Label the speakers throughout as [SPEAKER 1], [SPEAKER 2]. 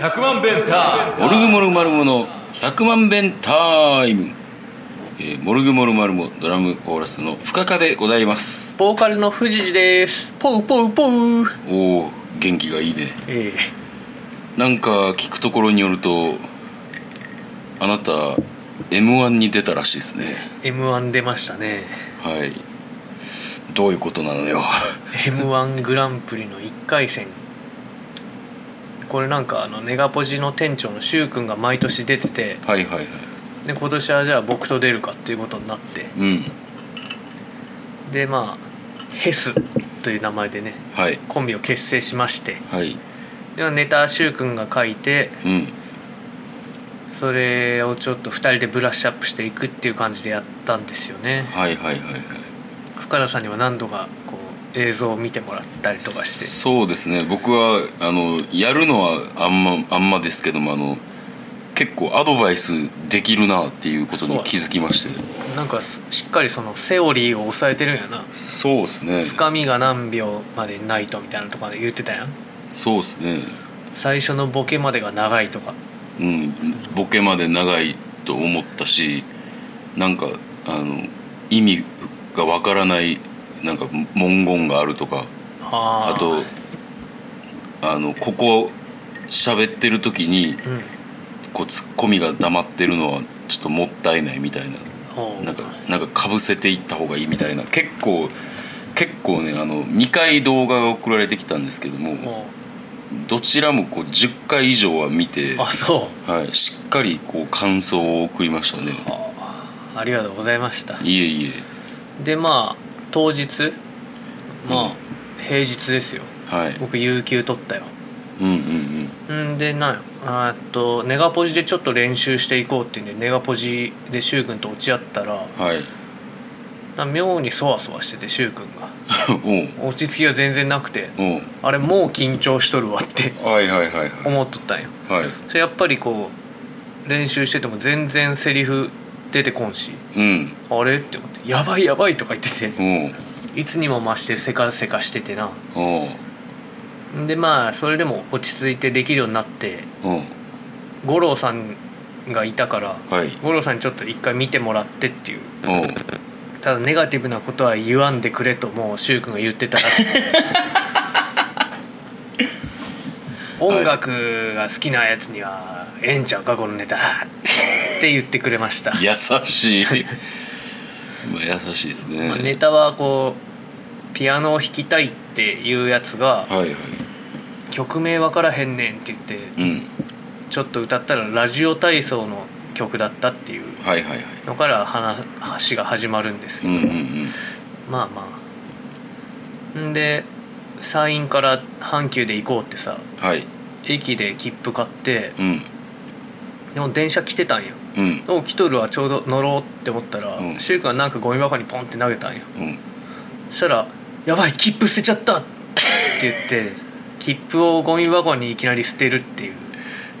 [SPEAKER 1] 100万弁タ
[SPEAKER 2] モルグモルマルモの100万弁タイム、えーモルグモルマルモドラムコーラスの深川でございます
[SPEAKER 3] ボーカルの藤次ですポウポウポウ
[SPEAKER 2] おお元気がいいね
[SPEAKER 3] ええ
[SPEAKER 2] なんか聞くところによるとあなた m 1に出たらしいですね
[SPEAKER 3] m 1出ましたね
[SPEAKER 2] はいどういうことなのよ
[SPEAKER 3] m 1グランプリの1回戦これなんかあのネガポジの店長のく君が毎年出てて
[SPEAKER 2] はいはいはい
[SPEAKER 3] で今年はじゃあ僕と出るかっていうことになって
[SPEAKER 2] うん
[SPEAKER 3] でまあヘスという名前でね
[SPEAKER 2] はい
[SPEAKER 3] コンビを結成しまして
[SPEAKER 2] はい
[SPEAKER 3] でネタく君が書いて
[SPEAKER 2] うん
[SPEAKER 3] それをちょっと2人でブラッシュアップしていくっていう感じでやったんですよね
[SPEAKER 2] はいはいはいはい
[SPEAKER 3] 深田さんには何度かこう映像を見てもらったりとかして
[SPEAKER 2] そうですね僕はあのやるのはあんまあんまですけどもあの結構アドバイスできるなっていうことに気づきまして
[SPEAKER 3] なんかすしっかりそのセオリーを抑えてるんやな
[SPEAKER 2] そうですね
[SPEAKER 3] つかみが何秒までないとみたいなとかで言ってたやん
[SPEAKER 2] そうですね
[SPEAKER 3] 最初のボケまでが長いとか
[SPEAKER 2] うんボケまで長いと思ったしなんかあの意味がわからないなんか文言があるとか
[SPEAKER 3] あ
[SPEAKER 2] あとあのここ喋ってる時に
[SPEAKER 3] うん
[SPEAKER 2] こうツッコミが黙ってるのはちょっともったいないみたいな
[SPEAKER 3] ほう
[SPEAKER 2] なんかなんかかぶせていった方がいいみたいな結構結構ねあの2回動画が送られてきたんですけども
[SPEAKER 3] ほ
[SPEAKER 2] どちらもこう10回以上は見て
[SPEAKER 3] うあ、そう
[SPEAKER 2] はい、しっかりこう感想を送りましたね
[SPEAKER 3] あありがとうございました
[SPEAKER 2] いえいえ
[SPEAKER 3] でまあ当日まあ、平日ですよ
[SPEAKER 2] はい
[SPEAKER 3] 僕有給取ったよ
[SPEAKER 2] うんうんうん
[SPEAKER 3] んでなんやあーっとネガポジでちょっと練習していこうっていうんでネガポジでく君と落ち合ったら
[SPEAKER 2] はい
[SPEAKER 3] な妙にそわそわしててく君が
[SPEAKER 2] おう
[SPEAKER 3] 落ち着きが全然なくて
[SPEAKER 2] おう
[SPEAKER 3] あれもう緊張しとるわって
[SPEAKER 2] はいはいはいはい
[SPEAKER 3] 思っとったんよ
[SPEAKER 2] はい
[SPEAKER 3] それやっぱりこう練習してても全然セリフ出てこんし
[SPEAKER 2] うん
[SPEAKER 3] あれって思って「やばいやばい」とか言って
[SPEAKER 2] おう
[SPEAKER 3] ていつにも増してせかせかしててな
[SPEAKER 2] おう
[SPEAKER 3] でまあそれでも落ち着いてできるようになって
[SPEAKER 2] おう
[SPEAKER 3] 五郎さんがいたから
[SPEAKER 2] はい
[SPEAKER 3] 五郎さんにちょっと一回見てもらってっていう
[SPEAKER 2] おう
[SPEAKER 3] ただネガティブなことは言わんでくれともう柊君が言ってたらし く音楽が好きなやつには「ええんちゃうかこのネタ」って言ってくれました、
[SPEAKER 2] 優 しいまあ優しいですね、
[SPEAKER 3] まあネタはこうピアノを弾きたいっていうやつが
[SPEAKER 2] はいはい
[SPEAKER 3] 「曲名わからへんねん」って言って
[SPEAKER 2] うん
[SPEAKER 3] ちょっと歌ったらラジオ体操の曲だったっていう
[SPEAKER 2] はいはいはい
[SPEAKER 3] のから話話が始まるんですけ
[SPEAKER 2] う
[SPEAKER 3] ど、
[SPEAKER 2] んうんうん
[SPEAKER 3] まあまあんで山陰から阪急で行こうってさ
[SPEAKER 2] はい
[SPEAKER 3] 駅で切符買って
[SPEAKER 2] うん
[SPEAKER 3] でも電車来てたんよ
[SPEAKER 2] うん
[SPEAKER 3] お来とるわちょうど乗ろうって思ったら
[SPEAKER 2] うん
[SPEAKER 3] 柊、君がなんかゴミ箱にポンって投げたんよ
[SPEAKER 2] うん
[SPEAKER 3] そしたら「やばい切符捨てちゃった!」って言って 切符をゴミ箱にいきなり捨てるっていう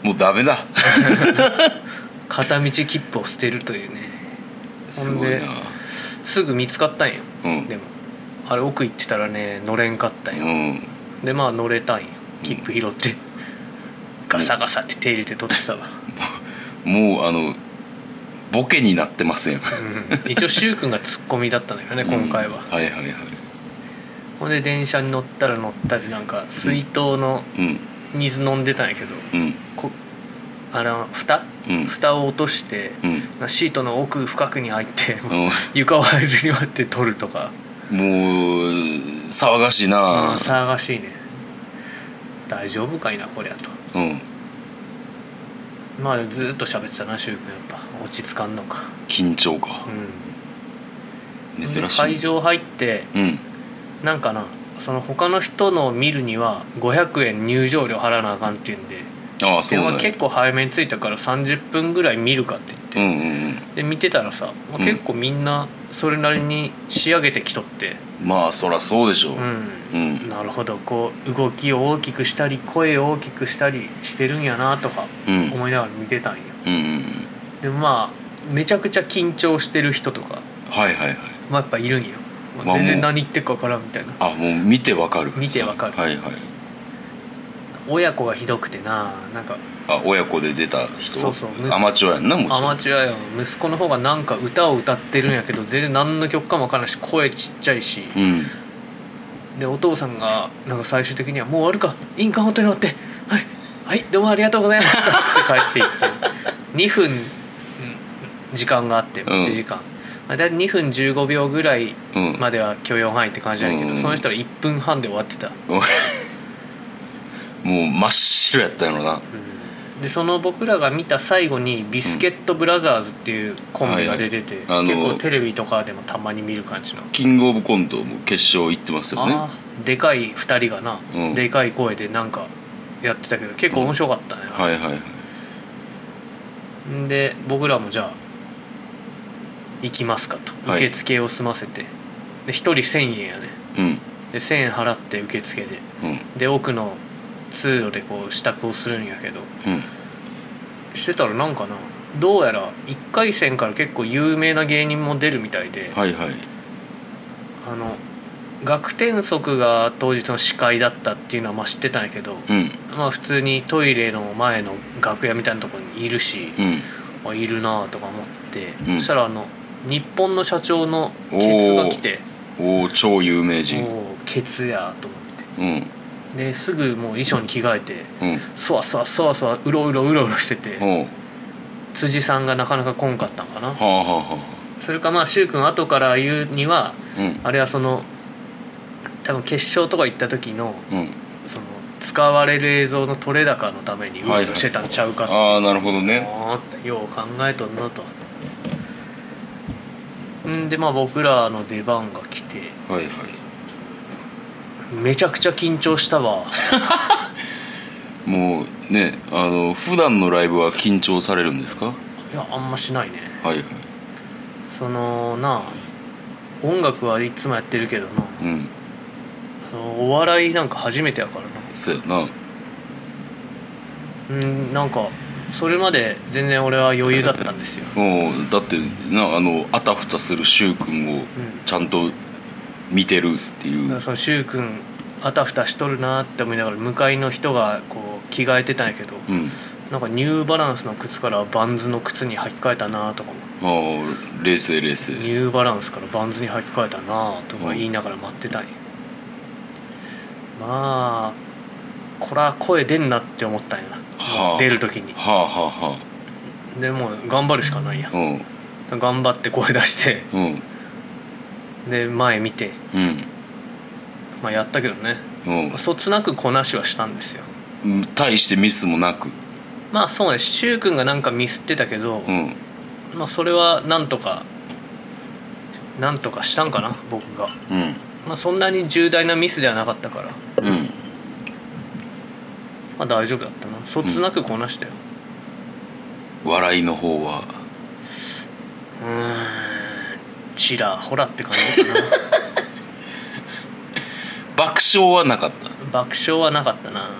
[SPEAKER 2] もうダメだ
[SPEAKER 3] 片道切符を捨てるというね
[SPEAKER 2] すごいな
[SPEAKER 3] すぐ見つかったんよ
[SPEAKER 2] うん
[SPEAKER 3] でもあれ奥行ってたらね乗れんかったんよ
[SPEAKER 2] うん
[SPEAKER 3] でまあ乗れたんよ切符拾って、ガサガサって手入れて取ってたわ、
[SPEAKER 2] もうあのボケになってません
[SPEAKER 3] うん、一応柊君がツッコミだったのよね今回は、
[SPEAKER 2] うんはいはいはい
[SPEAKER 3] ほんで電車に乗ったら乗ったりなんか水筒の
[SPEAKER 2] うん
[SPEAKER 3] 水飲んでたんやけど、
[SPEAKER 2] うん
[SPEAKER 3] こあの蓋、
[SPEAKER 2] うん
[SPEAKER 3] 蓋を落として、
[SPEAKER 2] うん
[SPEAKER 3] シートの奥深くに入って、
[SPEAKER 2] うん
[SPEAKER 3] 床を合図に割って取るとか、
[SPEAKER 2] もう騒がしい
[SPEAKER 3] うん、
[SPEAKER 2] な
[SPEAKER 3] 騒がしいね大丈夫かいなこりゃと
[SPEAKER 2] うん
[SPEAKER 3] まあずーっと喋ってたな柊君やっぱ落ち着かんのか
[SPEAKER 2] 緊張か
[SPEAKER 3] うん
[SPEAKER 2] 珍
[SPEAKER 3] で
[SPEAKER 2] し
[SPEAKER 3] 会
[SPEAKER 2] い
[SPEAKER 3] 場入って
[SPEAKER 2] うん
[SPEAKER 3] なんかなその他の人のを見るには500円入場料払わなあかんっていうんで
[SPEAKER 2] ああそう
[SPEAKER 3] 電
[SPEAKER 2] な
[SPEAKER 3] 話
[SPEAKER 2] んや
[SPEAKER 3] 結構早めに着いたから30分ぐらい見るかって
[SPEAKER 2] う
[SPEAKER 3] 言って、
[SPEAKER 2] んうん
[SPEAKER 3] で見てたらさ、まあ
[SPEAKER 2] うん
[SPEAKER 3] 結構みんなそれなりに仕上げてきとって
[SPEAKER 2] うんまあそらそうでしょう
[SPEAKER 3] うん、
[SPEAKER 2] うん
[SPEAKER 3] なるほどこう動きを大きくしたり声を大きくしたりしてるんやなとか
[SPEAKER 2] うん
[SPEAKER 3] 思いながら見てたんよ
[SPEAKER 2] うんうん
[SPEAKER 3] でもまあめちゃくちゃ緊張してる人とか
[SPEAKER 2] はいはいはい
[SPEAKER 3] まあやっぱいるんよ
[SPEAKER 2] まあ
[SPEAKER 3] 全然
[SPEAKER 2] もう
[SPEAKER 3] 何言ってるか分からんみたいな
[SPEAKER 2] あもう見てわかる
[SPEAKER 3] 見てわかる
[SPEAKER 2] はいはい
[SPEAKER 3] 親子がひどくてななんか
[SPEAKER 2] あ親子で出た人
[SPEAKER 3] そうそう息子
[SPEAKER 2] アマチュアやんなもちろん
[SPEAKER 3] アマチュアやん息子の方がなんか歌を歌ってるんやけど全然何の曲かも分からんし声ちっちゃいし、
[SPEAKER 2] うん
[SPEAKER 3] でお父さんがなんか最終的には「もう終わるか印鑑本当に終わってはいはいどうもありがとうございました」って帰っていって2分 うん時間があって
[SPEAKER 2] うん
[SPEAKER 3] 1時間、まあ大体2分15秒ぐらい
[SPEAKER 2] うん
[SPEAKER 3] までは許容範囲って感じなんやけど、
[SPEAKER 2] うん
[SPEAKER 3] その人は1分半で終わってた、
[SPEAKER 2] もう真っ白やったやろな
[SPEAKER 3] でその僕らが見た最後にビスケットブラザーズっていうコンビが出てて、
[SPEAKER 2] はいはいあの
[SPEAKER 3] 結構テレビとかでもたまに見る感じの、
[SPEAKER 2] キングオブコントも決勝行ってますよね
[SPEAKER 3] あーでかい2人がな、
[SPEAKER 2] うん
[SPEAKER 3] でかい声でなんかやってたけど結構面白かったね、
[SPEAKER 2] はいはいはい
[SPEAKER 3] んで僕らもじゃあ行きますかと
[SPEAKER 2] はい
[SPEAKER 3] 受付を済ませて、で1人1,000円やね
[SPEAKER 2] うん
[SPEAKER 3] で1,000円払って受付で
[SPEAKER 2] うん
[SPEAKER 3] で奥の通路でこう支度をするんやけど
[SPEAKER 2] うん
[SPEAKER 3] してたらなんかなどうやら1回戦から結構有名な芸人も出るみたいで、
[SPEAKER 2] はいはい
[SPEAKER 3] あの学天則が当日の司会だったっていうのはまあ知ってたんやけど、
[SPEAKER 2] うん
[SPEAKER 3] まあ普通にトイレの前の楽屋みたいなところにいるし、
[SPEAKER 2] うん
[SPEAKER 3] あいるなとか思って、
[SPEAKER 2] うん
[SPEAKER 3] そしたらあの日本の社長のケツが来て
[SPEAKER 2] おお超有名
[SPEAKER 3] も
[SPEAKER 2] 人
[SPEAKER 3] うケツやと思
[SPEAKER 2] うん
[SPEAKER 3] ってですぐもう衣装に着替えて
[SPEAKER 2] うん
[SPEAKER 3] そわそわそわそわうろうろうろうろしてて、
[SPEAKER 2] ほう
[SPEAKER 3] 辻さんがなかなか来んかったんかな
[SPEAKER 2] はあはあは
[SPEAKER 3] それかまあ柊君後から言うには
[SPEAKER 2] あうん
[SPEAKER 3] あれはその多分決勝とか行った時の
[SPEAKER 2] うん
[SPEAKER 3] その使われる映像の撮れ高のためにうろうろしてたんちゃうかって
[SPEAKER 2] ああなるほどね
[SPEAKER 3] あーよう考えとんなとんでまあ僕らの出番が来て
[SPEAKER 2] はいはい
[SPEAKER 3] めちゃくちゃ緊張したわ
[SPEAKER 2] もうねあの普段のライブは緊張されるんですかはい
[SPEAKER 3] やあんましないね
[SPEAKER 2] いはい
[SPEAKER 3] そのなあ音楽はいつもやってるけどな
[SPEAKER 2] うん
[SPEAKER 3] そのお笑いなんか初めてやから
[SPEAKER 2] そうやな
[SPEAKER 3] なうんなんかそれまで全然俺は余裕だったんですよ
[SPEAKER 2] もうだってなあのあたふたするく君をちゃんと見てるってい
[SPEAKER 3] だ
[SPEAKER 2] う、
[SPEAKER 3] からその柊君あたふたしとるなって思いながら向かいの人がこう着替えてたんやけど、
[SPEAKER 2] うん、
[SPEAKER 3] なんかニューバランスの靴からバンズの靴に履き替えたなとかも
[SPEAKER 2] ああ冷静冷
[SPEAKER 3] ニ
[SPEAKER 2] 静
[SPEAKER 3] ューバランスからバンズに履き替えたなとか言いながら待ってたんやまあこら声出んなって思ったんやな、
[SPEAKER 2] はあ
[SPEAKER 3] 出る時に
[SPEAKER 2] はあはあは
[SPEAKER 3] でもう頑張るしかないや
[SPEAKER 2] あうん
[SPEAKER 3] 頑張って声出して
[SPEAKER 2] うん
[SPEAKER 3] で前見て、
[SPEAKER 2] うん
[SPEAKER 3] まあ、やったけどね
[SPEAKER 2] うん
[SPEAKER 3] そつなくこなしはしたんですよ
[SPEAKER 2] うん大してミスもなく
[SPEAKER 3] まあそうね柊君がなんかミスってたけど、
[SPEAKER 2] うん
[SPEAKER 3] まあそれはなんとかなんとかしたんかな僕が
[SPEAKER 2] うん
[SPEAKER 3] まあ、そんなに重大なミスではなかったから、
[SPEAKER 2] うん
[SPEAKER 3] まあ、大丈夫だったなそつなくこなしたよ
[SPEAKER 2] 笑いの方は
[SPEAKER 3] うーんちらほらって感じか な
[SPEAKER 2] 爆笑はなかった
[SPEAKER 3] 爆笑はなかったな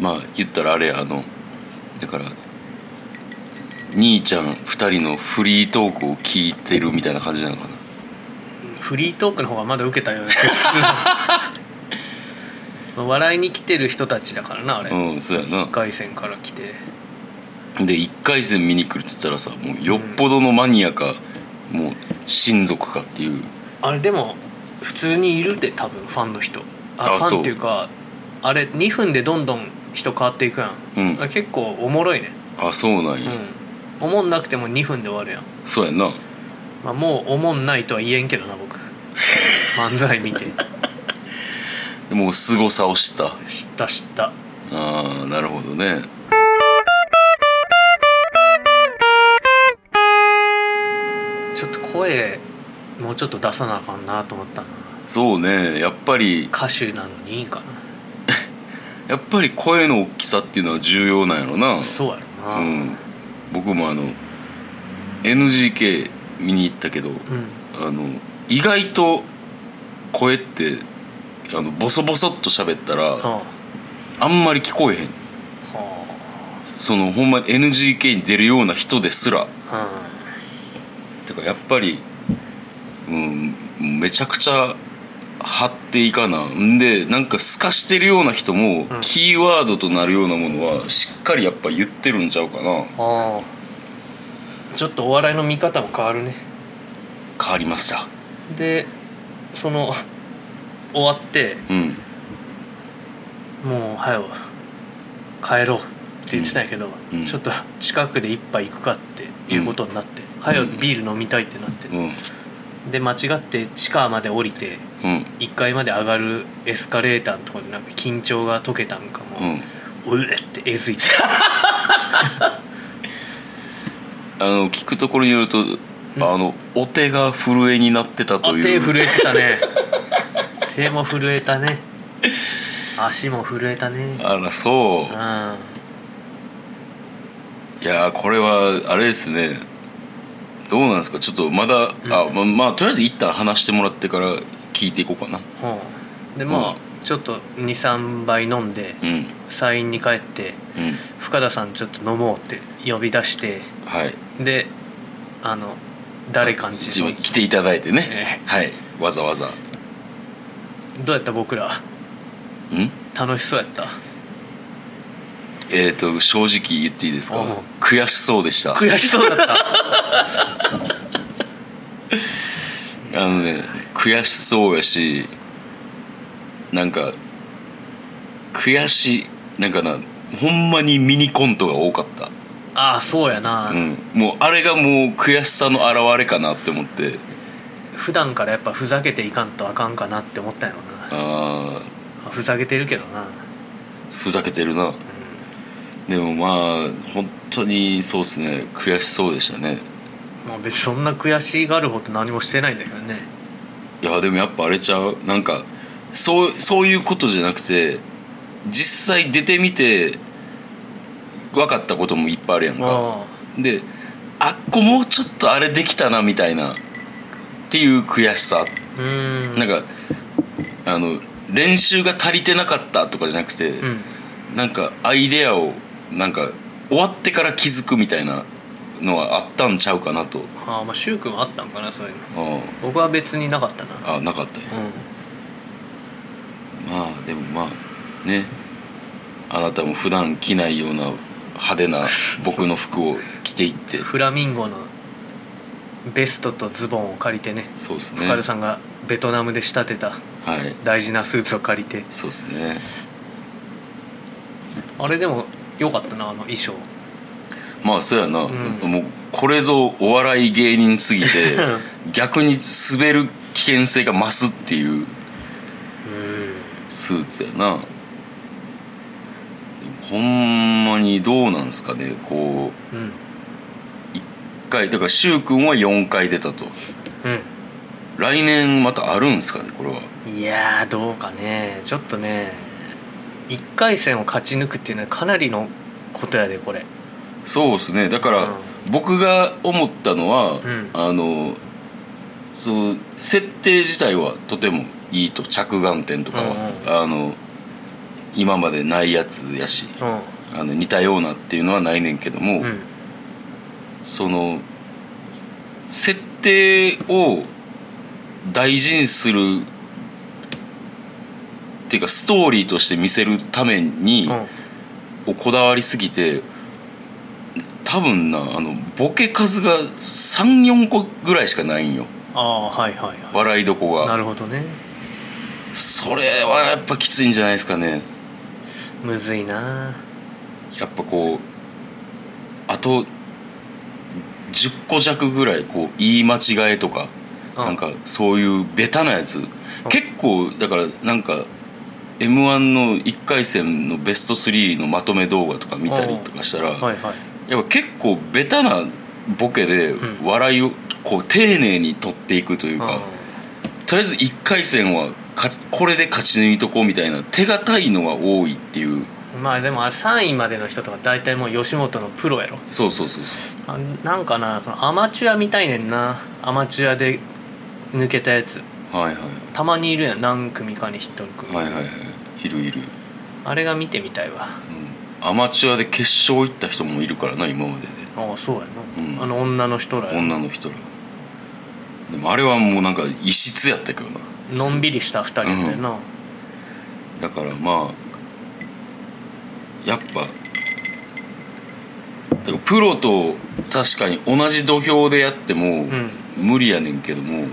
[SPEAKER 2] まあ言ったらあれやあのだから兄ちゃん2人のフリートークを聞いてるみたいな感じなのかな
[SPEAKER 3] フリートークの方がまだ受けたような気がす るなまあ笑いに来てる人たちだからなあれ、
[SPEAKER 2] うんそうやな
[SPEAKER 3] 1回戦から来て
[SPEAKER 2] で1回戦見に来るっつったらさもうよっぽどのマニアか、もう親族かっていう
[SPEAKER 3] あれでも普通にいるで多分ファンの人あ
[SPEAKER 2] あ
[SPEAKER 3] ファ
[SPEAKER 2] そ
[SPEAKER 3] ン
[SPEAKER 2] う
[SPEAKER 3] っていうかあれ2分でどんどん人変わっていくやん、
[SPEAKER 2] うん
[SPEAKER 3] あれ結構おもろいね
[SPEAKER 2] あそうなんや、
[SPEAKER 3] うんおもんなくても2分で終わるやん
[SPEAKER 2] そうやな
[SPEAKER 3] まあ、もうおもんないとは言えんけどな 僕漫才見て
[SPEAKER 2] でもう凄さを知った
[SPEAKER 3] 知った知った
[SPEAKER 2] ああなるほどね
[SPEAKER 3] ちょっと声もうちょっと出さなあかんなと思ったな
[SPEAKER 2] そうねやっぱり
[SPEAKER 3] 歌手なのにいいんかな
[SPEAKER 2] やっぱり声の大きさっていうのは重要なんやろな
[SPEAKER 3] そうやろな
[SPEAKER 2] う、ん、僕もあの NGK 見に行ったけど、
[SPEAKER 3] うん
[SPEAKER 2] あの意外と声ってあのボソボソっと喋ったら
[SPEAKER 3] は
[SPEAKER 2] あんまり聞こえへん
[SPEAKER 3] あは
[SPEAKER 2] そのほんまに NGK に出るような人ですら
[SPEAKER 3] あ、
[SPEAKER 2] てかやっぱりうん、めちゃくちゃ張っていかなんでなんか透かしてるような人も、
[SPEAKER 3] ん
[SPEAKER 2] キーワードとなるようなものはしっかりやっぱ言ってるんちゃうかな
[SPEAKER 3] ああちょっとお笑いの見方も変わるね
[SPEAKER 2] 変わりました
[SPEAKER 3] でその終わって
[SPEAKER 2] うん
[SPEAKER 3] もう早う帰ろうって言ってたんやけど、
[SPEAKER 2] うんうん
[SPEAKER 3] ちょっと近くで一杯行くかっていうことになって、早うビール飲みたいってなって、
[SPEAKER 2] うん
[SPEAKER 3] で間違って地下まで降りて
[SPEAKER 2] うん
[SPEAKER 3] 1階まで上がるエスカレーターのところでなんか緊張が解けたんか
[SPEAKER 2] う
[SPEAKER 3] も
[SPEAKER 2] ん
[SPEAKER 3] う、うれって えずいて
[SPEAKER 2] あの聞くところによると、あのお手が震えになってた
[SPEAKER 3] あ
[SPEAKER 2] という
[SPEAKER 3] 手震えてたね 手も震えたね足も震えたね
[SPEAKER 2] あらそううんいやーこれはあれですねどうなんですかちょっとまだ、あままあとりあえず一旦話してもらってから聞いていこうかな
[SPEAKER 3] うんでまあ、
[SPEAKER 2] うん
[SPEAKER 3] ちょっと23杯飲んで
[SPEAKER 2] うん
[SPEAKER 3] サインに帰って
[SPEAKER 2] うん
[SPEAKER 3] 深田さんちょっと飲もうって呼び出して
[SPEAKER 2] はい
[SPEAKER 3] であの誰かんち
[SPEAKER 2] 自
[SPEAKER 3] の
[SPEAKER 2] 分来ていただいてね
[SPEAKER 3] え、
[SPEAKER 2] はいわざわざ
[SPEAKER 3] どうやった僕ら
[SPEAKER 2] うん
[SPEAKER 3] 楽しそうやった
[SPEAKER 2] えっ、と正直言っていいですか
[SPEAKER 3] うん
[SPEAKER 2] 悔しそうでした
[SPEAKER 3] 悔しそ うだった
[SPEAKER 2] あのね悔しそうやしなんか悔しいなんかなほんまにミニコントが多かった
[SPEAKER 3] ああそうやな、
[SPEAKER 2] うん、もうあれがもう悔しさの表れかなって思って
[SPEAKER 3] 普段からやっぱふざけていかんとあかんかなって思ったんやろな
[SPEAKER 2] あ
[SPEAKER 3] ふざけてるけど
[SPEAKER 2] ー
[SPEAKER 3] な
[SPEAKER 2] ふざけてるなでもまあ本当にそうですね悔しそうでしたね
[SPEAKER 3] まあ別にそんな悔しがるほど何もしてないんだけどね
[SPEAKER 2] いやでもやっぱあれちゃうなんかそうそういうことじゃなくて実際出てみて分かったこともいっぱいあるやんか
[SPEAKER 3] あ
[SPEAKER 2] であっこもうちょっとあれできたなみたいなっていう悔しさ
[SPEAKER 3] あうん
[SPEAKER 2] なんかあの練習が足りてなかったとかじゃなくて、
[SPEAKER 3] うん
[SPEAKER 2] なんかアイデアをなんか終わってから気づくみたいなのはあったんちゃうかなと
[SPEAKER 3] ああまあ柊君はあったんかなそういうの
[SPEAKER 2] あ
[SPEAKER 3] 僕は別になかったな
[SPEAKER 2] ああなかったよ
[SPEAKER 3] う
[SPEAKER 2] まあでもまあねあなたも普段着ないような派手な僕の服を着ていって
[SPEAKER 3] んフラミンゴのベストとズボンを借りてね
[SPEAKER 2] そうですね
[SPEAKER 3] 深田さんがベトナムで仕立てた
[SPEAKER 2] はい
[SPEAKER 3] 大事なスーツを借りて
[SPEAKER 2] そうですね
[SPEAKER 3] あれでも良かったなあの衣装
[SPEAKER 2] まあそうやな、
[SPEAKER 3] ん
[SPEAKER 2] もうこれぞお笑い芸人すぎて逆に滑る危険性が増すっていうスーツやなでもほんまにどうなんすかねこう
[SPEAKER 3] うん
[SPEAKER 2] 1回だから柊君は4回出たと来年またあるんすかねこれは
[SPEAKER 3] うんいやーどうかねちょっとね1回戦を勝ち抜くっていうのはかなりのことやでこれ
[SPEAKER 2] そうですねだから、
[SPEAKER 3] うん
[SPEAKER 2] 僕が思ったのは、
[SPEAKER 3] ん
[SPEAKER 2] あのその設定自体はとてもいいと着眼点とかは、あの今までないやつやし
[SPEAKER 3] う
[SPEAKER 2] あの似たようなっていうのはないねんけども、
[SPEAKER 3] うん
[SPEAKER 2] その設定を大事にするっていうかストーリーとして見せるために、をこだわりすぎて多分なあのボケ数が34個ぐらいしかないんよ
[SPEAKER 3] ああはいはいは
[SPEAKER 2] 笑いどこ
[SPEAKER 3] いな
[SPEAKER 2] が
[SPEAKER 3] るほどね
[SPEAKER 2] それはやっぱきついんじゃないですかね
[SPEAKER 3] むずいな
[SPEAKER 2] やっぱこうあと10個弱ぐらいこう言い間違えとか
[SPEAKER 3] あ
[SPEAKER 2] なんかそういうベタなやつ結構だからなんか m 1の1回戦のベスト3のまとめ動画とか見たりとかしたら、
[SPEAKER 3] はいはい
[SPEAKER 2] やっぱ結構ベタなボケで
[SPEAKER 3] うん
[SPEAKER 2] 笑いをこう丁寧に取っていくというか、
[SPEAKER 3] う
[SPEAKER 2] とりあえず1回戦はかこれで勝ち抜いとこうみたいな手堅いのが多いっていうん
[SPEAKER 3] まあでもあれ3位までの人とか大体もう吉本のプロやろ
[SPEAKER 2] そうそうそうそ
[SPEAKER 3] あなんかなそのアマチュアみたいねんなアマチュアで抜けたやつ
[SPEAKER 2] うはいは
[SPEAKER 3] たまにいるやん何組かに一人
[SPEAKER 2] い
[SPEAKER 3] 組、
[SPEAKER 2] はいはいはいいるいる、
[SPEAKER 3] あれが見てみたいわ
[SPEAKER 2] うん、アマチュアで決勝行った人もいるからな今までで
[SPEAKER 3] ああそうやな、
[SPEAKER 2] うん
[SPEAKER 3] あの女の人らや
[SPEAKER 2] 女の人らでもあれはもうなんか異質やったけどな
[SPEAKER 3] のんびりした2人みたいな、
[SPEAKER 2] だからまあやっぱだからプロと確かに同じ土俵でやっても
[SPEAKER 3] ん
[SPEAKER 2] 無理やねんけども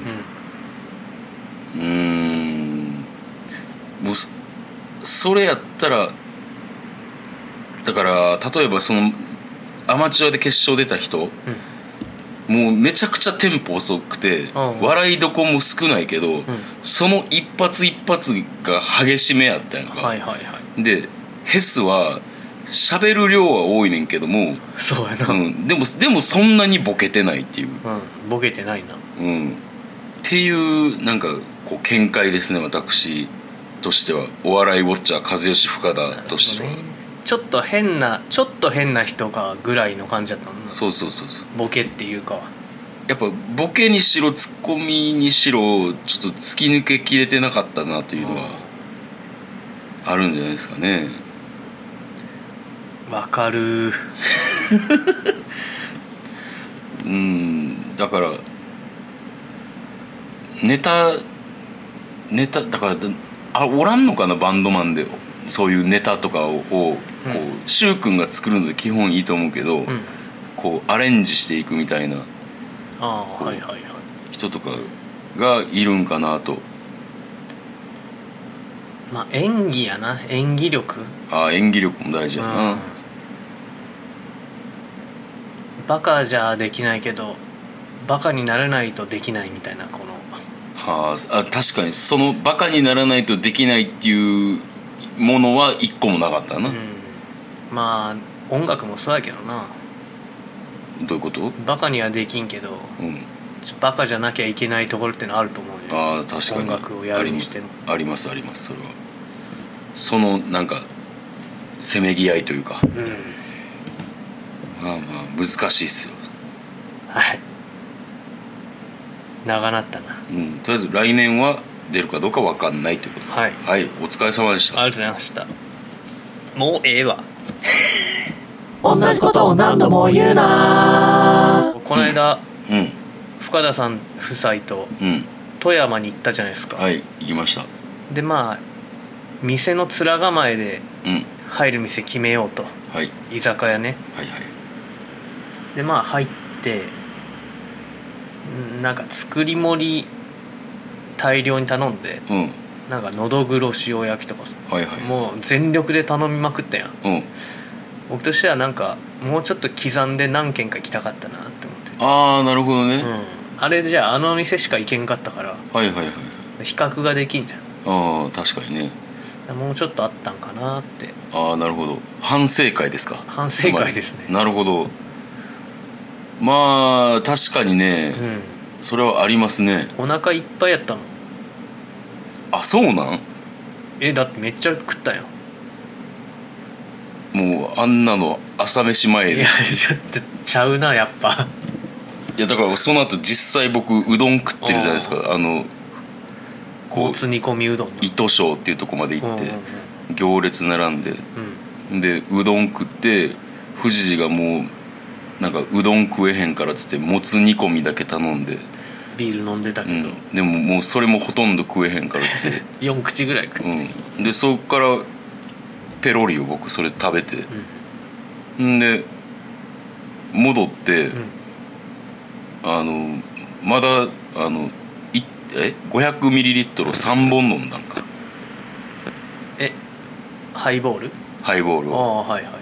[SPEAKER 2] うーんもうそそれやったらだから例えばそのアマチュアで決勝出た人、もうめちゃくちゃテンポ遅くて、
[SPEAKER 3] うん
[SPEAKER 2] 笑いどこも少ないけど、その一発一発が激しめやったやんか、
[SPEAKER 3] はいはいはい
[SPEAKER 2] でヘスは喋る量は多いねんけど も、
[SPEAKER 3] そうや
[SPEAKER 2] う
[SPEAKER 3] な、
[SPEAKER 2] ん、でもでもそんなにボケてないっていう、
[SPEAKER 3] うん、ボケてないな
[SPEAKER 2] うん、っていうなんかこう見解ですね私としてはお笑いウォッチャー和義深田としては、
[SPEAKER 3] なるほどねちょっと変なちょっと変な人かぐらいの感じだったのな
[SPEAKER 2] そうそうそうそう
[SPEAKER 3] ボケっていうか
[SPEAKER 2] やっぱボケにしろツッコミにしろちょっと突き抜けきれてなかったなというのはあるんじゃないですかね
[SPEAKER 3] わ かる
[SPEAKER 2] うんだからネタネタだからあおらんのかなバンドマンでそういうネタとかををこうく君、くん、が作るので基本いいと思うけど、
[SPEAKER 3] うん
[SPEAKER 2] こうアレンジしていくみたいな
[SPEAKER 3] ああはいはいはい
[SPEAKER 2] 人とかがいるんかなと
[SPEAKER 3] まあ演技やな演技力
[SPEAKER 2] あ演技力も大事やな、
[SPEAKER 3] うんバカじゃできないけどバカになれないとできないみたいなこの
[SPEAKER 2] あーあ確かにそのバカにならないとできないっていうものは一個もなかったな、
[SPEAKER 3] うんまあ音楽もそうやけどな
[SPEAKER 2] どういうこと、うん、
[SPEAKER 3] バカにはできんけどちょバカじゃなきゃいけないところってのあると思うよ
[SPEAKER 2] ああ確かに
[SPEAKER 3] 音楽をやるにしても
[SPEAKER 2] ありますありますありますそれはそのなんかせめぎ合いというか
[SPEAKER 3] うん
[SPEAKER 2] まあまあ難しいっすよ、
[SPEAKER 3] はい長なったな
[SPEAKER 2] うん、とりあえず来年は出るかどうか分かんないということ
[SPEAKER 3] はい
[SPEAKER 2] はいお疲れ様でした
[SPEAKER 3] ありがとうございましたもうええわ
[SPEAKER 4] 同じことを何度も言うな
[SPEAKER 3] この間、
[SPEAKER 2] うん
[SPEAKER 3] 深田さん夫妻と
[SPEAKER 2] うん
[SPEAKER 3] 富山に行ったじゃないですか、
[SPEAKER 2] はい行きました
[SPEAKER 3] でまあ店の面構えで
[SPEAKER 2] うん
[SPEAKER 3] 入る店決めようと
[SPEAKER 2] はい
[SPEAKER 3] 居酒屋ね
[SPEAKER 2] はいはい
[SPEAKER 3] でまあ入ってんなんか作り盛り大量に頼んで
[SPEAKER 2] うん
[SPEAKER 3] なんかのどぐろ塩焼きとか
[SPEAKER 2] はいは
[SPEAKER 3] もう全力で頼みまくったやん
[SPEAKER 2] いうん
[SPEAKER 3] 僕としてはなんかもうちょっと刻んで何軒か行きたかったなって思って
[SPEAKER 2] ああなるほどね、
[SPEAKER 3] て、うん、あれじゃああの店しか行けんかったから
[SPEAKER 2] はいはいはい
[SPEAKER 3] 比較ができんじゃん
[SPEAKER 2] ああ確かにね
[SPEAKER 3] もうちょっとあったんかなって
[SPEAKER 2] ああなるほど反省会ですか
[SPEAKER 3] 反省会ですね
[SPEAKER 2] つまりなるほどまあ確かにね、
[SPEAKER 3] う
[SPEAKER 2] それはありますね
[SPEAKER 3] んお腹いっぱいやったの
[SPEAKER 2] あそうなん
[SPEAKER 3] えだってめっちゃ食ったよ
[SPEAKER 2] もうあんなの朝飯前
[SPEAKER 3] い
[SPEAKER 2] で
[SPEAKER 3] やちょっとちゃうなやっぱ
[SPEAKER 2] いやだからその後実際僕うどん食ってるじゃないですかあのこ
[SPEAKER 3] も
[SPEAKER 2] う
[SPEAKER 3] つ煮込みうどんの
[SPEAKER 2] 糸庄っていうとこまで行って
[SPEAKER 3] うんうん
[SPEAKER 2] 行列並んで
[SPEAKER 3] うんうん
[SPEAKER 2] でうどん食って富士寺がもうなんかうどん食えへんからっつってもつ煮込みだけ頼んで、
[SPEAKER 3] ビール飲んでたけ
[SPEAKER 2] う
[SPEAKER 3] ど、
[SPEAKER 2] ん、でももうそれもほとんど食えへんからっつ って
[SPEAKER 3] 4口ぐらい食って、
[SPEAKER 2] うん、でそっからペロリを僕それ食べて、ん、で戻って、あのまだあのいえ500ミリリットルを3本飲んだんか
[SPEAKER 3] えハイボール
[SPEAKER 2] ハイボール
[SPEAKER 3] あ
[SPEAKER 2] を
[SPEAKER 3] あはいはい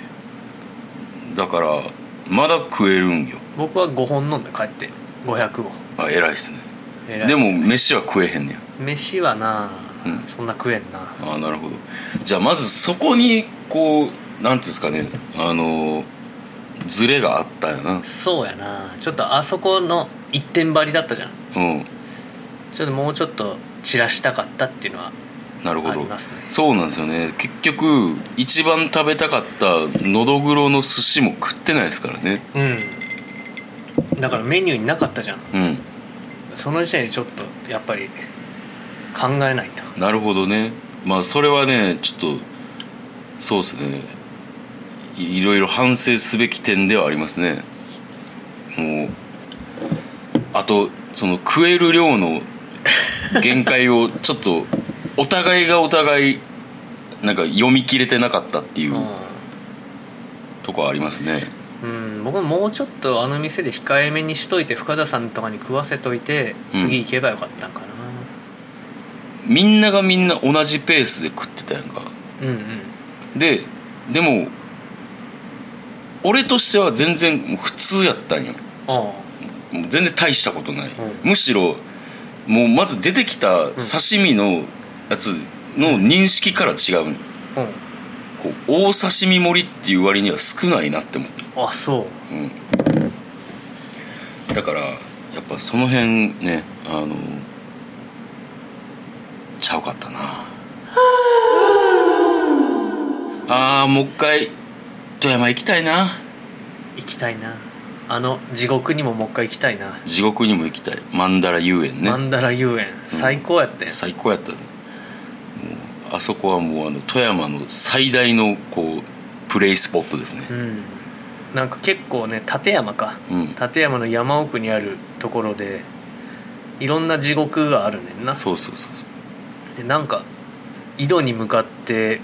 [SPEAKER 2] だからまだ食えるんよ
[SPEAKER 3] 僕は5本飲んで帰って500を
[SPEAKER 2] あ偉いっすね
[SPEAKER 3] えらい
[SPEAKER 2] でも飯は食えへんねや
[SPEAKER 3] 飯はな、
[SPEAKER 2] うん
[SPEAKER 3] そんな食えんな
[SPEAKER 2] ああなるほどじゃあまずそこにこうなんていうんですかねあのズレがあったんやな
[SPEAKER 3] そうやなちょっとあそこの一点張りだったじゃん
[SPEAKER 2] うん
[SPEAKER 3] ちょっともうちょっと散らしたかったっていうのは
[SPEAKER 2] なるほ
[SPEAKER 3] あ
[SPEAKER 2] ど、
[SPEAKER 3] りますね
[SPEAKER 2] そうなんですよね結局一番食べたかったのどぐろの寿司も食ってないですからね
[SPEAKER 3] うんだからメニューになかったじゃん
[SPEAKER 2] うん
[SPEAKER 3] その時点でちょっとやっぱり考えないと
[SPEAKER 2] なるほどねまあそれはねちょっとそうですねいいろいろ反省すべき点ではありますねもうあとその食える量の限界をちょっと お互いがお互いなんか読み切れてなかったっていうとこありますね
[SPEAKER 3] うん、僕ももうちょっとあの店で控えめにしといて深田さんとかに食わせといて
[SPEAKER 2] うん
[SPEAKER 3] 次行けばよかったんかな、
[SPEAKER 2] みんながみんな同じペースで食ってたやんか
[SPEAKER 3] うん、うん
[SPEAKER 2] ででも俺としては全然もう普通やったんよ
[SPEAKER 3] あ
[SPEAKER 2] もう全然大したことない、
[SPEAKER 3] う
[SPEAKER 2] むしろもうまず出てきた刺身のやつの認識から違うの
[SPEAKER 3] あ
[SPEAKER 2] こう大刺身盛りっていう割には少ないなって思った、
[SPEAKER 3] うんあそう
[SPEAKER 2] うん、だからやっぱその辺ねあのちゃうかったなあーもう一回富山行きたいな
[SPEAKER 3] 行きたいなあの地獄にももう一回行きたいな、
[SPEAKER 2] 地獄にも行きたい曼荼羅遊園ね
[SPEAKER 3] マンダラ遊園最高やって、
[SPEAKER 2] 最高やったねもうあそこはもうあの富山の最大のこうプレイスポットですね
[SPEAKER 3] うんなんか結構ね立山か
[SPEAKER 2] うん
[SPEAKER 3] 立山の山奥にあるところでいろんな地獄があるねんな
[SPEAKER 2] そうそうそう
[SPEAKER 3] でなんか井戸に向かって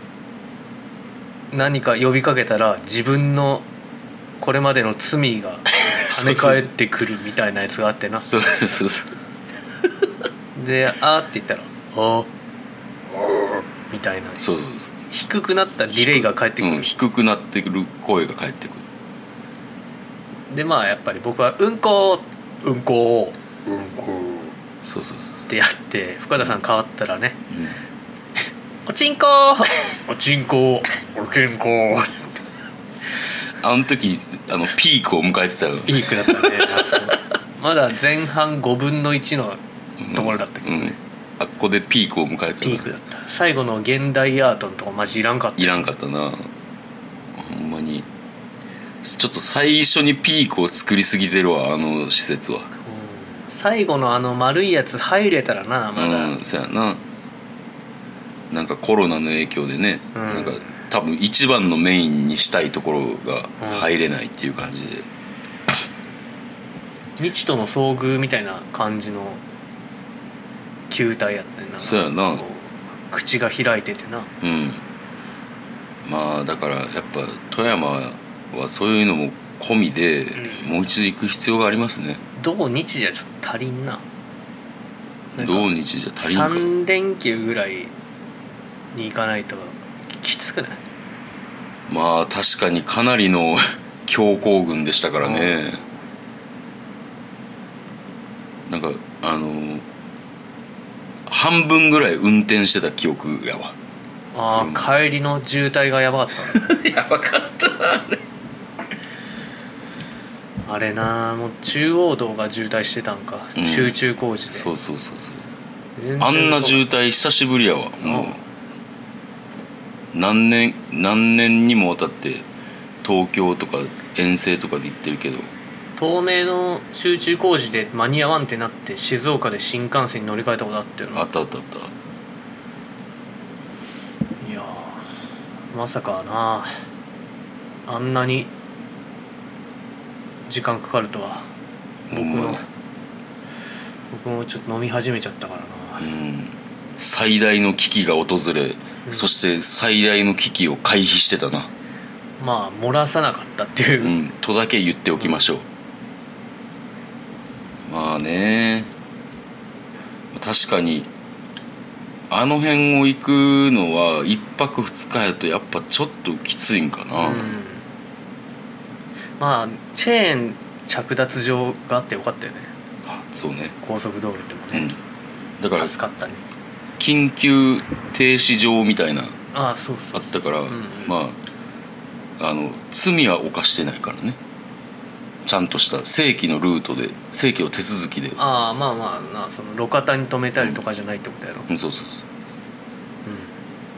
[SPEAKER 3] 何か呼びかけたら自分のこれまでの 罪が跳ね返ってくるみたいなやつがあってな
[SPEAKER 2] そうそうそうそう
[SPEAKER 3] で「あ」って言ったら「あ」みたいな
[SPEAKER 2] そうそうそう
[SPEAKER 3] 低くなったディレイが返ってく
[SPEAKER 2] うん
[SPEAKER 3] る、
[SPEAKER 2] 低くなってくる声が返ってくる
[SPEAKER 3] でまあやっぱり僕は「うんこーうんこー」
[SPEAKER 2] そうそうそうそ
[SPEAKER 3] ってやって深田さん変わったらね
[SPEAKER 2] う、うん
[SPEAKER 3] 「おちんこー」「おちんこー」「おちんこー」
[SPEAKER 2] あの時あのピークを迎えてたよ
[SPEAKER 3] ピークだったねあそこまだ前半5分の1の
[SPEAKER 2] うん
[SPEAKER 3] ところだったけどね、
[SPEAKER 2] うんあっこでピークを迎えてた
[SPEAKER 3] ピークだった最後の現代アートのとこマジいらんかった
[SPEAKER 2] いらんかったなほんまにちょっと最初にピークを作りすぎてるわあの施設は
[SPEAKER 3] うん最後のあの丸いやつ入れたらなまだ、
[SPEAKER 2] うんそやななんかコロナの影響でね、
[SPEAKER 3] うん
[SPEAKER 2] なんか多分一番のメインにしたいところが入れないっていう感じで、
[SPEAKER 3] 未知との遭遇みたいな感じの球体やったよな
[SPEAKER 2] そうやな
[SPEAKER 3] こう口が開いててな
[SPEAKER 2] うんまあだからやっぱ富山はそういうのも込みで、
[SPEAKER 3] う
[SPEAKER 2] もう一度行く必要がありますね
[SPEAKER 3] 同日じゃちょっと足りんななんか
[SPEAKER 2] 同日じゃ足りんか
[SPEAKER 3] 3連休ぐらいに行かないときつくない
[SPEAKER 2] まあ確かにかなりの 強行軍でしたからね、なんかあの半分ぐらい運転してた記憶やわ
[SPEAKER 3] ああ、帰りの渋滞がやばかった な
[SPEAKER 2] やばかったな
[SPEAKER 3] あれなもう中央道が渋滞してたんか、
[SPEAKER 2] うん
[SPEAKER 3] 集中工事で
[SPEAKER 2] そうそうそうそう
[SPEAKER 3] 全然
[SPEAKER 2] あんな渋滞久しぶりやわもう何年何年にもわたって東京とか遠征とかで行ってるけど
[SPEAKER 3] 東名の集中工事で間に合わんってなって静岡で新幹線に乗り換えたことあったよな
[SPEAKER 2] あったあったあった
[SPEAKER 3] いやーまさかなあんなに時間かかるとは僕
[SPEAKER 2] ほんま
[SPEAKER 3] も
[SPEAKER 2] や
[SPEAKER 3] 僕もちょっと飲み始めちゃったからな
[SPEAKER 2] うん最大の危機が訪れ、
[SPEAKER 3] うん
[SPEAKER 2] そして最大の危機を回避してたな、
[SPEAKER 3] まあ漏らさなかったっていうう、
[SPEAKER 2] ん、とだけ言っておきましょう、まあね確かにあの辺を行くのは1泊2日やとやっぱちょっときついんかな、
[SPEAKER 3] まあチェーン着脱場があってよかったよね
[SPEAKER 2] あそうね
[SPEAKER 3] 高速道路でも
[SPEAKER 2] う
[SPEAKER 3] ね
[SPEAKER 2] ん、だから
[SPEAKER 3] 助かったね
[SPEAKER 2] 緊急停止場みたいな
[SPEAKER 3] ああそう
[SPEAKER 2] あ
[SPEAKER 3] そう
[SPEAKER 2] ったから、
[SPEAKER 3] んうん
[SPEAKER 2] まああの罪は犯してないからねちゃんとした正規のルートで正規の手続きでう
[SPEAKER 3] ああまあまあなその路肩に止めたりとかじゃないってことやろ、うん
[SPEAKER 2] んそうそうそう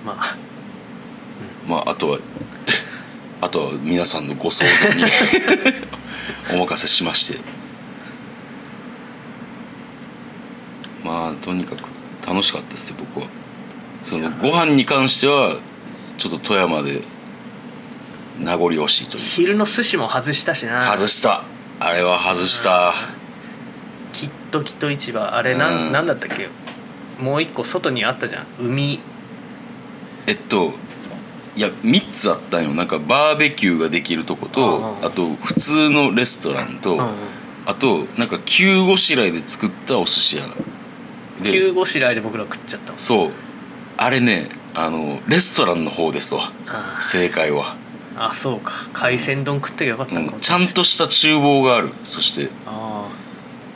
[SPEAKER 3] まあ
[SPEAKER 2] まああとは あとは皆さんのご想像に お任せしましてまあとにかく楽しかったですよ僕はそのご飯に関してはちょっと富山で名残惜しいという
[SPEAKER 3] 昼の寿司も外したしな
[SPEAKER 2] 外したあれは外した
[SPEAKER 3] きっときっと市場あれなん,、
[SPEAKER 2] うん
[SPEAKER 3] なんだったっけもう一個外にあったじゃん海
[SPEAKER 2] えっといや3つあったんよなんかバーベキューができるとこと
[SPEAKER 3] うんうん
[SPEAKER 2] あと普通のレストランと、あとなんか急ごしらえで作ったお寿司屋で
[SPEAKER 3] 急ごしらえで僕ら食っちゃった
[SPEAKER 2] そうあれねあのレストランの方ですわ
[SPEAKER 3] あ
[SPEAKER 2] 正解は、
[SPEAKER 3] あそうか海鮮丼食ってよかった
[SPEAKER 2] うんん
[SPEAKER 3] かも
[SPEAKER 2] ちゃんとした厨房があるそして
[SPEAKER 3] あ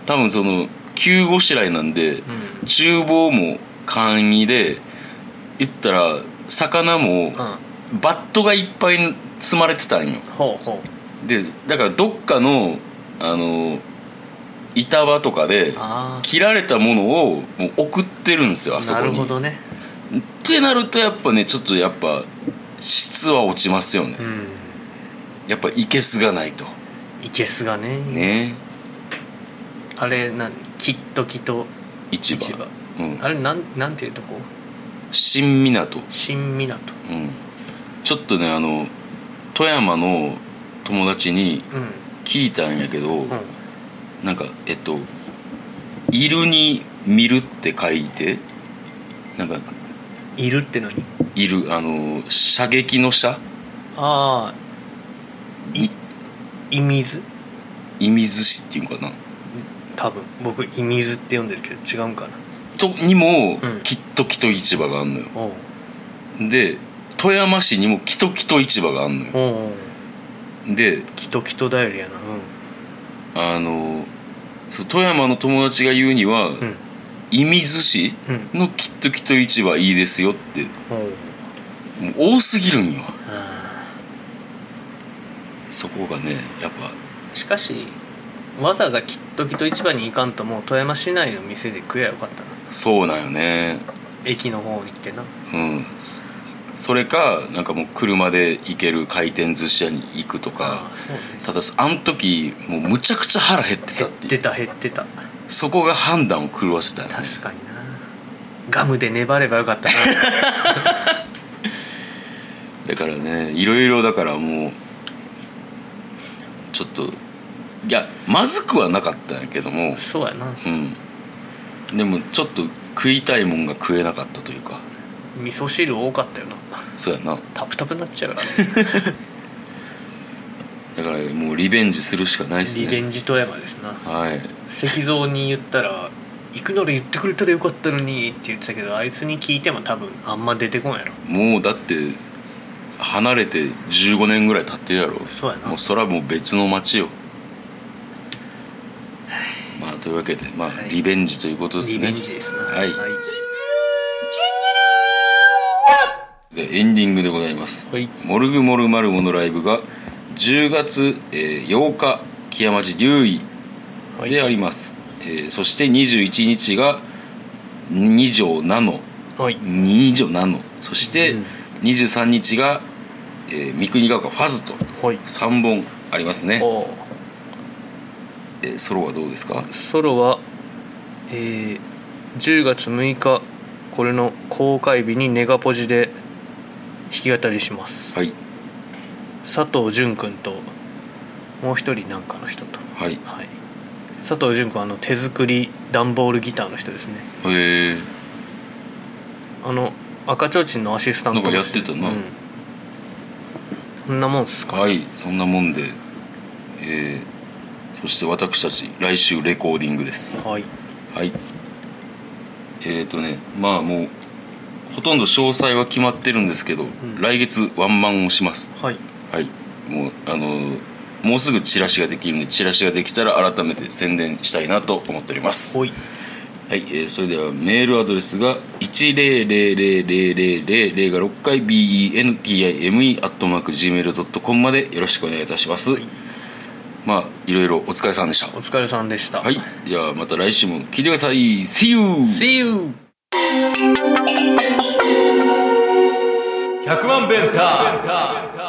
[SPEAKER 2] 多分その急ごしらえなんで、
[SPEAKER 3] あうん
[SPEAKER 2] 厨房も簡易で言ったら魚も
[SPEAKER 3] う
[SPEAKER 2] バットがいっぱい積まれてたんよ
[SPEAKER 3] んほうほう
[SPEAKER 2] でだからどっかのあの板場とかで
[SPEAKER 3] あ
[SPEAKER 2] 切られたものをもう送ってるんですよあ
[SPEAKER 3] あ
[SPEAKER 2] そ
[SPEAKER 3] な
[SPEAKER 2] こ
[SPEAKER 3] る
[SPEAKER 2] に
[SPEAKER 3] ほどね
[SPEAKER 2] ってなるとやっぱねちょっとやっぱ質は落ちますよね
[SPEAKER 3] うん
[SPEAKER 2] やっぱいけすがないと
[SPEAKER 3] いけすがね
[SPEAKER 2] ね
[SPEAKER 3] あれなんきっときと
[SPEAKER 2] 市場
[SPEAKER 3] 市場
[SPEAKER 2] うん、
[SPEAKER 3] あれなんなんていうとこ
[SPEAKER 2] 新港、
[SPEAKER 3] 新港
[SPEAKER 2] うん、ちょっとねあの富山の友達に
[SPEAKER 3] うん
[SPEAKER 2] 聞いたんやけど、
[SPEAKER 3] うん
[SPEAKER 2] なんかえっと「いる」に「見る」って書いてなんか
[SPEAKER 3] いるって何
[SPEAKER 2] 「いる」あの射撃の射
[SPEAKER 3] ああ
[SPEAKER 2] い
[SPEAKER 3] い水
[SPEAKER 2] 射水市っていうのかな
[SPEAKER 3] 多分僕い水って読んでるけど違うんかな
[SPEAKER 2] とにも
[SPEAKER 3] うん
[SPEAKER 2] きっときと市場があんのよ
[SPEAKER 3] おう
[SPEAKER 2] で富山市にもきときと市場があんのよ
[SPEAKER 3] おうおう
[SPEAKER 2] で
[SPEAKER 3] きときとだよりやな
[SPEAKER 2] あのそう富山の友達が言うには
[SPEAKER 3] うんうん
[SPEAKER 2] 射水市
[SPEAKER 3] うん
[SPEAKER 2] のきっときと市場いいですよって
[SPEAKER 3] おう
[SPEAKER 2] もう多すぎるんよ
[SPEAKER 3] あ
[SPEAKER 2] そこがねやっぱ
[SPEAKER 3] ーしかしわざわざきっときと市場に行かんともう富山市内の店で食えばよかったな
[SPEAKER 2] そうなんよね
[SPEAKER 3] 駅の方に行ってな
[SPEAKER 2] うんそそれかなんかもう車で行ける回転寿司屋に行くとか
[SPEAKER 3] あーそうね
[SPEAKER 2] ただあの時もうむちゃくちゃ腹減ってた
[SPEAKER 3] 減
[SPEAKER 2] っ
[SPEAKER 3] って
[SPEAKER 2] い
[SPEAKER 3] て
[SPEAKER 2] う
[SPEAKER 3] た減ってた
[SPEAKER 2] そこが判断を狂わせたよね
[SPEAKER 3] 確かになガムで粘ればよかっ たな
[SPEAKER 2] だからねいろいろだからもうちょっといやまずくはなかったんやけども
[SPEAKER 3] そうやな
[SPEAKER 2] うんでもちょっと食いたいもんが食えなかったというか
[SPEAKER 3] 味噌汁多かったよな
[SPEAKER 2] そうやな
[SPEAKER 3] タプタプになっちゃうからね
[SPEAKER 2] だからもうリベンジするしかないっすね
[SPEAKER 3] リベンジ富山ですな
[SPEAKER 2] はい
[SPEAKER 3] 石像に言ったら「行くなら言ってくれたらよかったのに」って言ってたけどあいつに聞いても多分あんま出てこんやろ
[SPEAKER 2] もうだって離れて15年ぐらい経ってるやろ
[SPEAKER 3] そうやな
[SPEAKER 2] もうそれはもう別の町よまあというわけでまあ
[SPEAKER 3] はい
[SPEAKER 2] リベンジということです
[SPEAKER 3] リ
[SPEAKER 2] ね、
[SPEAKER 3] ベンジですな
[SPEAKER 2] はい
[SPEAKER 3] はい
[SPEAKER 2] でエンディングでございます
[SPEAKER 3] はい
[SPEAKER 2] 「モルグモルマルモ」のライブが10月えー8日木屋町留意であります、えーそして21日が2条なの
[SPEAKER 3] はい
[SPEAKER 2] 2条なのそして
[SPEAKER 3] うん
[SPEAKER 2] 23日が、えー三国ヶ丘ファズと
[SPEAKER 3] はい
[SPEAKER 2] 3本ありますね、
[SPEAKER 3] お
[SPEAKER 2] えーソロはどうですか
[SPEAKER 3] ソロは、えー10月6日これの公開日にネガポジで弾き語りします
[SPEAKER 2] はい
[SPEAKER 3] 佐藤淳君ともう一人なんかの人と、
[SPEAKER 2] はいへ
[SPEAKER 3] はい、佐藤淳君はあの手作り段ボールギターの人ですね
[SPEAKER 2] え
[SPEAKER 3] あの赤ちょうちんのアシスタント
[SPEAKER 2] なんかやっ
[SPEAKER 3] です
[SPEAKER 2] てたな
[SPEAKER 3] うんそんなもんっすか
[SPEAKER 2] はいそんなもんで、えーそして私たち来週レコーディングです
[SPEAKER 3] はい
[SPEAKER 2] はいえー、とねまあもうほとんど詳細は決まってるんですけど、
[SPEAKER 3] ん
[SPEAKER 2] 来月ワンマンをします
[SPEAKER 3] はい
[SPEAKER 2] はいもうあのーもうすぐチラシができるんでチラシができたら改めて宣伝したいなと思っております
[SPEAKER 3] ほい
[SPEAKER 2] はい、えーそれではメールアドレスが1000000が6回 bentime.gmail.com までよろしくお願いいたします、まあいろいろお疲れさんでし
[SPEAKER 3] お
[SPEAKER 2] た
[SPEAKER 3] 疲れさんでした
[SPEAKER 2] はいではまた来週も聞いてください See you!
[SPEAKER 3] See you!
[SPEAKER 1] 100万ベンター